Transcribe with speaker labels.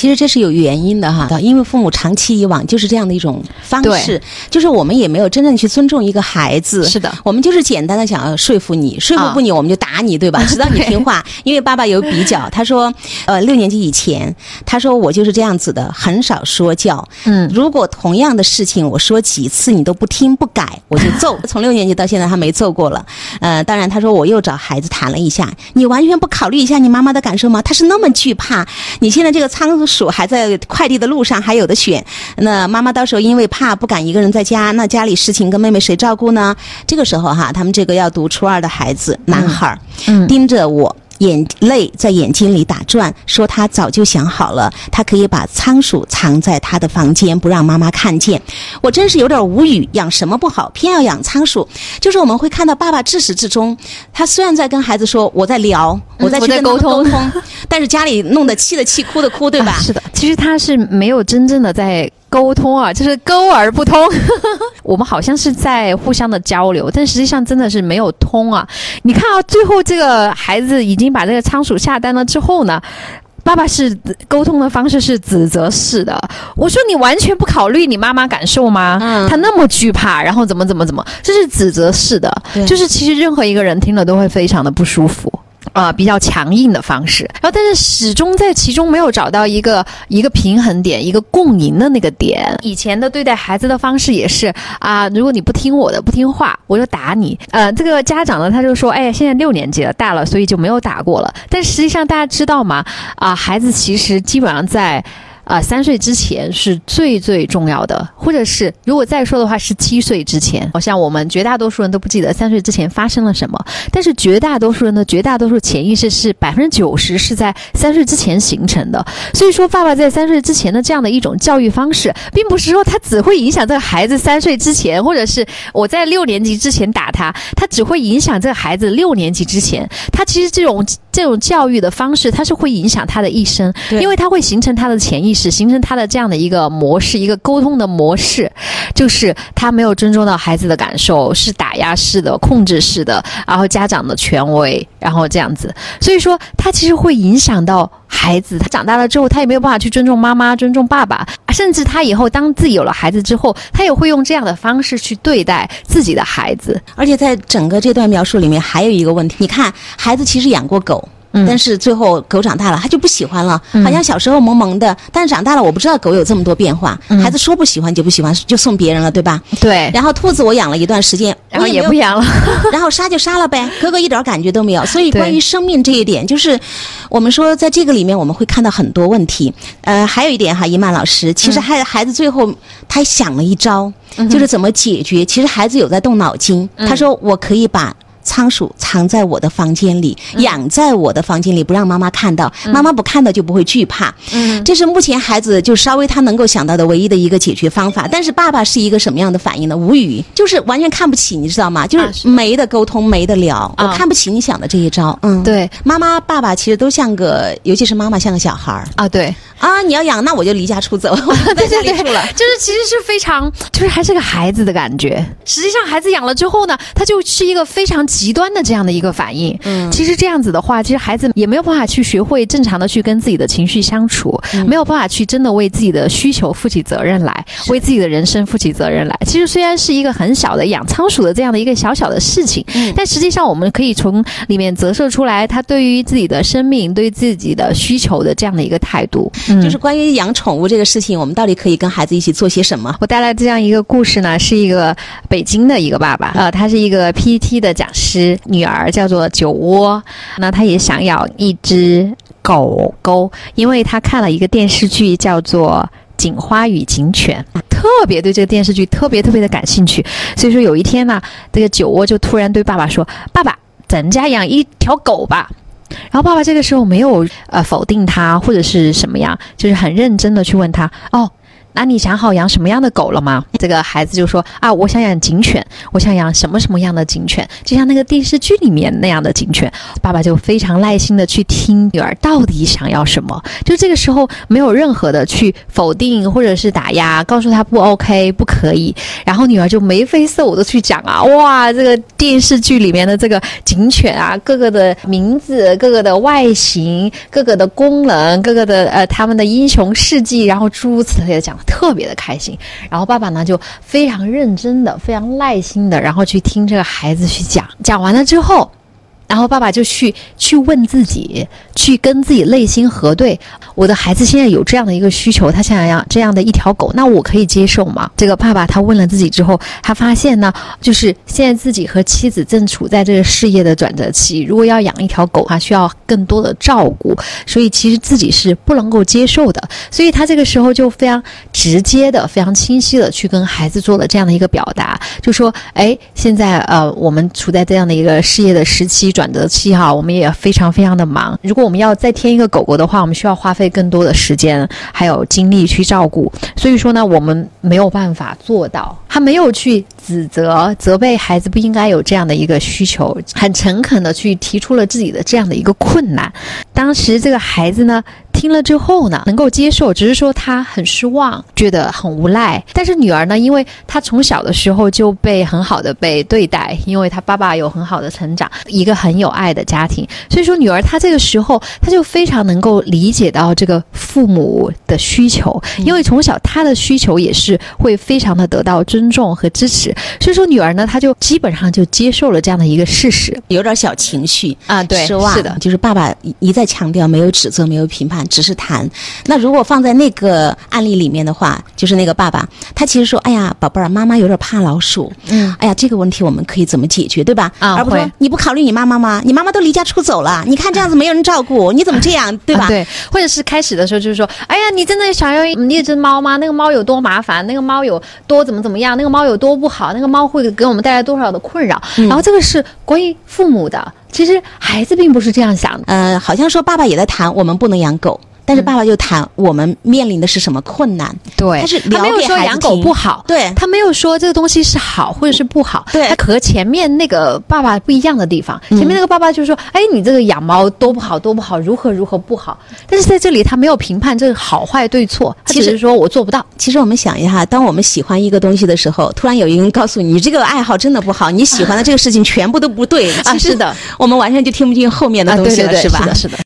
Speaker 1: 其实这是有原因的
Speaker 2: 嗯
Speaker 1: 哈，因为父母长期以往就是这样的一种方式，就是我们也没有真正去尊重一个孩子。
Speaker 2: 是的，
Speaker 1: 我们就是简单的想要说服你，说服不你我们就打你，对吧？直到你听话。因为爸爸有比较，他说，呃，六年级以前，他说我就是这样子的，很少说教。嗯，如果同样的事情我说几次你都不听不改，我就揍。从六年级到现在他没揍过了。呃，当然他说我又找孩子谈了一下，你完全不考虑一下你妈妈的感受吗？她是那么惧怕，你现在这个仓。鼠还在快递的路上，还有的选。那妈妈到时候因为怕不敢一个人在家，那家里事情跟妹妹谁照顾呢？这个时候哈，他们这个要读初二的孩子，男孩，嗯，盯着我。眼泪在眼睛里打转，说他早就想好了，他可以把仓鼠藏在他的房间，不让妈妈看见。我真是有点无语，养什么不好，偏要养仓鼠。就是我们会看到爸爸至始至终，他虽然在跟孩子说我在聊，我在去跟
Speaker 2: 沟
Speaker 1: 通，嗯、但是家里弄得气的气，哭的哭，对吧、啊？
Speaker 2: 是的，其实他是没有真正的在。沟通啊，就是沟而 不通。我们好像是在互相的交流，但实际上真的是没有通啊。你看啊，最后这个孩子已经把这个仓鼠下单了之后呢，爸爸是沟通的方式是指责式的。我说你完全不考虑你妈妈感受吗？嗯，她那么惧怕，然后怎么怎么怎么，这是指责式的。
Speaker 1: 嗯
Speaker 2: 就是其实任何一个人听了都会非常的不舒服。呃，比较强硬的方式，然后但是始终在其中没有找到一个一个平衡点，一个共赢的那个点。以前的对待孩子的方式也是啊、呃，如果你不听我的，不听话，我就打你。呃，这个家长呢，他就说，哎，现在六年级了，大了，所以就没有打过了。但实际上大家知道吗？啊、呃，孩子其实基本上在。啊、呃，三岁之前是最最重要的，或者是如果再说的话是七岁之前。好像我们绝大多数人都不记得三岁之前发生了什么，但是绝大多数人的绝大多数潜意识是百分之九十是在三岁之前形成的。所以说，爸爸在三岁之前的这样的一种教育方式，并不是说他只会影响这个孩子三岁之前，或者是我在六年级之前打他，他只会影响这个孩子六年级之前。他其实这种这种教育的方式，它是会影响他的一生，因为他会形成他的潜意识。是形成他的这样的一个模式，一个沟通的模式，就是他没有尊重到孩子的感受，是打压式的、控制式的，然后家长的权威，然后这样子，所以说他其实会影响到孩子。他长大了之后，他也没有办法去尊重妈妈、尊重爸爸，甚至他以后当自己有了孩子之后，他也会用这样的方式去对待自己的孩子。
Speaker 1: 而且在整个这段描述里面，还有一个问题，你看，孩子其实养过狗。
Speaker 2: 嗯
Speaker 1: 但是最后狗长大了，他就不喜欢了，嗯、好像小时候萌萌的，但是长大了我不知道狗有这么多变化。嗯、孩子说不喜欢就不喜欢，就送别人了，对吧？
Speaker 2: 对。
Speaker 1: 然后兔子我养了一段时间，
Speaker 2: 哎然后也不养了，
Speaker 1: 然后杀就杀了呗，哥哥一点感觉都没有。所以关于生命这一点，就是我们说在这个里面我们会看到很多问题。呃，还有一点哈，伊曼老师，其实孩孩子最后他想了一招，嗯、就是怎么解决。其实孩子有在动脑筋，他说我可以把。仓鼠藏在我的房间里，嗯、养在我的房间里，不让妈妈看到。嗯、妈妈不看到就不会惧怕。嗯，这是目前孩子就稍微他能够想到的唯一的一个解决方法。但是爸爸是一个什么样的反应呢？无语，就是完全看不起，你知道吗？
Speaker 2: 啊
Speaker 1: 就是没得沟通，没得聊。啊、我看不起你想的这一招。嗯，
Speaker 2: 对，
Speaker 1: 妈妈、爸爸其实都像个，尤其是妈妈像个小孩儿
Speaker 2: 啊。对
Speaker 1: 啊，你要养，那我就离家出 走，我在家里住了
Speaker 2: 对对对。就是其实是非常，就是还是个孩子的感觉。实际上，孩子养了之后呢，他就是一个非常。极端的这样的一个反应，嗯，其实这样子的话，其实孩子也没有办法去学会正常的去跟自己的情绪相处，嗯、没有办法去真的为自己的需求负起责任来，为自己的人生负起责任来。其实虽然是一个很小的养仓鼠的这样的一个小小的事情，嗯、但实际上我们可以从里面折射出来他对于自己的生命、对自己的需求的这样的一个态度。
Speaker 1: 嗯、就是关于养宠物这个事情，我们到底可以跟孩子一起做些什么？
Speaker 2: 我带来这样一个故事呢，是一个北京的一个爸爸，呃，他是一个 PET 的讲。师女儿叫做酒窝，那她也想养一只狗狗，因为她看了一个电视剧叫做《警花与警犬》，特别对这个电视剧特别特别的感兴趣，所以说有一天呢，这个酒窝就突然对爸爸说：“爸爸，咱家养一条狗吧。”然后爸爸这个时候没有呃否定他或者是什么样，就是很认真的去问他：“哦，那你想好养什么样的狗了吗？这个孩子就说啊，我想养警犬，我想养什么什么样的警犬，就像那个电视剧里面那样的警犬。爸爸就非常耐心的去听女儿到底想要什么，就这个时候没有任何的去否定或者是打压，告诉他不 OK 不可以。然后女儿就眉飞色舞的去讲啊，哇，这个电视剧里面的这个警犬啊，各个的名字、各个的外形、各个的功能、各个的呃他们的英雄事迹，然后诸如此类的讲。特别的开心，然后爸爸呢就非常认真的、非常耐心的，然后去听这个孩子去讲。讲完了之后，然后爸爸就去去问自己，去跟自己内心核对：我的孩子现在有这样的一个需求，他想要这样的一条狗，那我可以接受吗？这个爸爸他问了自己之后，他发现呢，就是现在自己和妻子正处在这个事业的转折期，如果要养一条狗，他需要更多的照顾，所以其实自己是不能够接受的。所以他这个时候就非常直接的、非常清晰的去跟孩子做了这样的一个表达，就说：“哎，现在呃，我们处在这样的一个事业的时期、转折期哈，我们也非常非常的忙。如果我们要再添一个狗狗的话，我们需要花费更多的时间还有精力去照顾。所以说呢，我们没有办法做到。他没有去指责、责备孩子不应该有这样的一个需求，很诚恳的去提出了自己的这样的一个困难。当时这个孩子呢。”听了之后呢，能够接受，只是说他很失望，觉得很无奈。但是女儿呢，因为她从小的时候就被很好的被对待，因为她爸爸有很好的成长，一个很有爱的家庭，所以说女儿她这个时候，她就非常能够理解到这个父母的需求，因为从小她的需求也是会非常的得到尊重和支持。所以说女儿呢，她就基本上就接受了这样的一个事实
Speaker 1: 有点小情绪
Speaker 2: 啊，对，
Speaker 1: 失望
Speaker 2: 是的，
Speaker 1: 就是爸爸一一再强调没有指责，没有评判。只是谈，那如果放在那个案例里面的话，就是那个爸爸，他其实说：“哎呀，宝贝儿，妈妈有点怕老鼠。”嗯，哎呀，这个问题我们可以怎么解决，对吧？
Speaker 2: 啊，
Speaker 1: 而不
Speaker 2: 会
Speaker 1: 说你不考虑你妈妈吗？你妈妈都离家出走了，你看这样子没有人照顾，你怎么这样，对吧？
Speaker 2: 啊对，或者是开始的时候就是说，哎呀，你真的想要一只猫吗？那个猫有多麻烦？那个猫有多怎么怎么样？那个猫有多不好？那个猫会给我们带来多少的困扰？
Speaker 1: 嗯
Speaker 2: 然后这个是关于父母的，其实孩子并不是这样想的。
Speaker 1: 呃，好像说爸爸也在谈我们不能养狗，但是爸爸就谈我们面临的是什么困难。
Speaker 2: 嗯对
Speaker 1: 他是
Speaker 2: 他没
Speaker 1: 聊
Speaker 2: 有
Speaker 1: 给
Speaker 2: 说
Speaker 1: 孩子
Speaker 2: 养狗
Speaker 1: 听
Speaker 2: 不好，
Speaker 1: 对
Speaker 2: 他没有说这个东西是好或者是不好，
Speaker 1: 对嗯
Speaker 2: 他和前面那个爸爸不一样的地方，前面那个爸爸就说，哎，你这个养猫多不好多不好，如何如何不好，但是在这里他没有评判这个好坏对错，他只
Speaker 1: 其实
Speaker 2: 是说我做不到，
Speaker 1: 其实我们想一下，当我们喜欢一个东西的时候，突然有一个人告诉你，你这个爱好真的不好，你喜欢的这个事情全部都不对。
Speaker 2: 啊
Speaker 1: 其实
Speaker 2: 是的，
Speaker 1: 我们完全就听不进后面的
Speaker 2: 啊，
Speaker 1: 东
Speaker 2: 对
Speaker 1: 西
Speaker 2: 对
Speaker 1: 了，
Speaker 2: 对，
Speaker 1: 吧？
Speaker 2: 的，是的。